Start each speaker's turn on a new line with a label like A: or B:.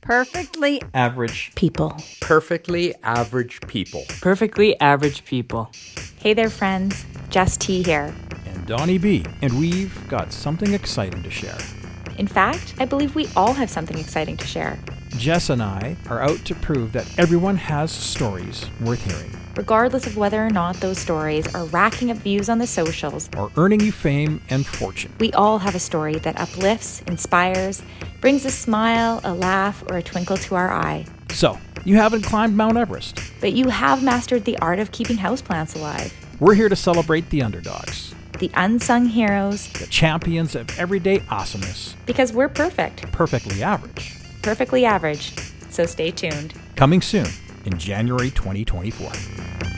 A: Perfectly
B: Average.
A: people.
C: Perfectly average people.
D: Perfectly average people.
E: Hey there, friends. Jess T here.
F: and Donnie B, and we've got something exciting to share.
E: In fact, I believe we all have something exciting to share,
F: Jess and I are out to prove that everyone has stories worth hearing,
E: regardless of whether or not those stories are racking up views on the socials.
F: or earning you fame and fortune.
E: We all have a story that uplifts, inspires, brings a smile, a laugh, or a twinkle to our eye.
F: So, you haven't climbed Mount Everest.
E: But you have mastered the art of keeping houseplants alive,
F: We're here to celebrate the underdogs,
E: the unsung heroes,
F: the champions of everyday awesomeness,
E: because we're perfect,
F: perfectly average.
E: perfectly average. So stay tuned.
F: Coming soon in January 2024.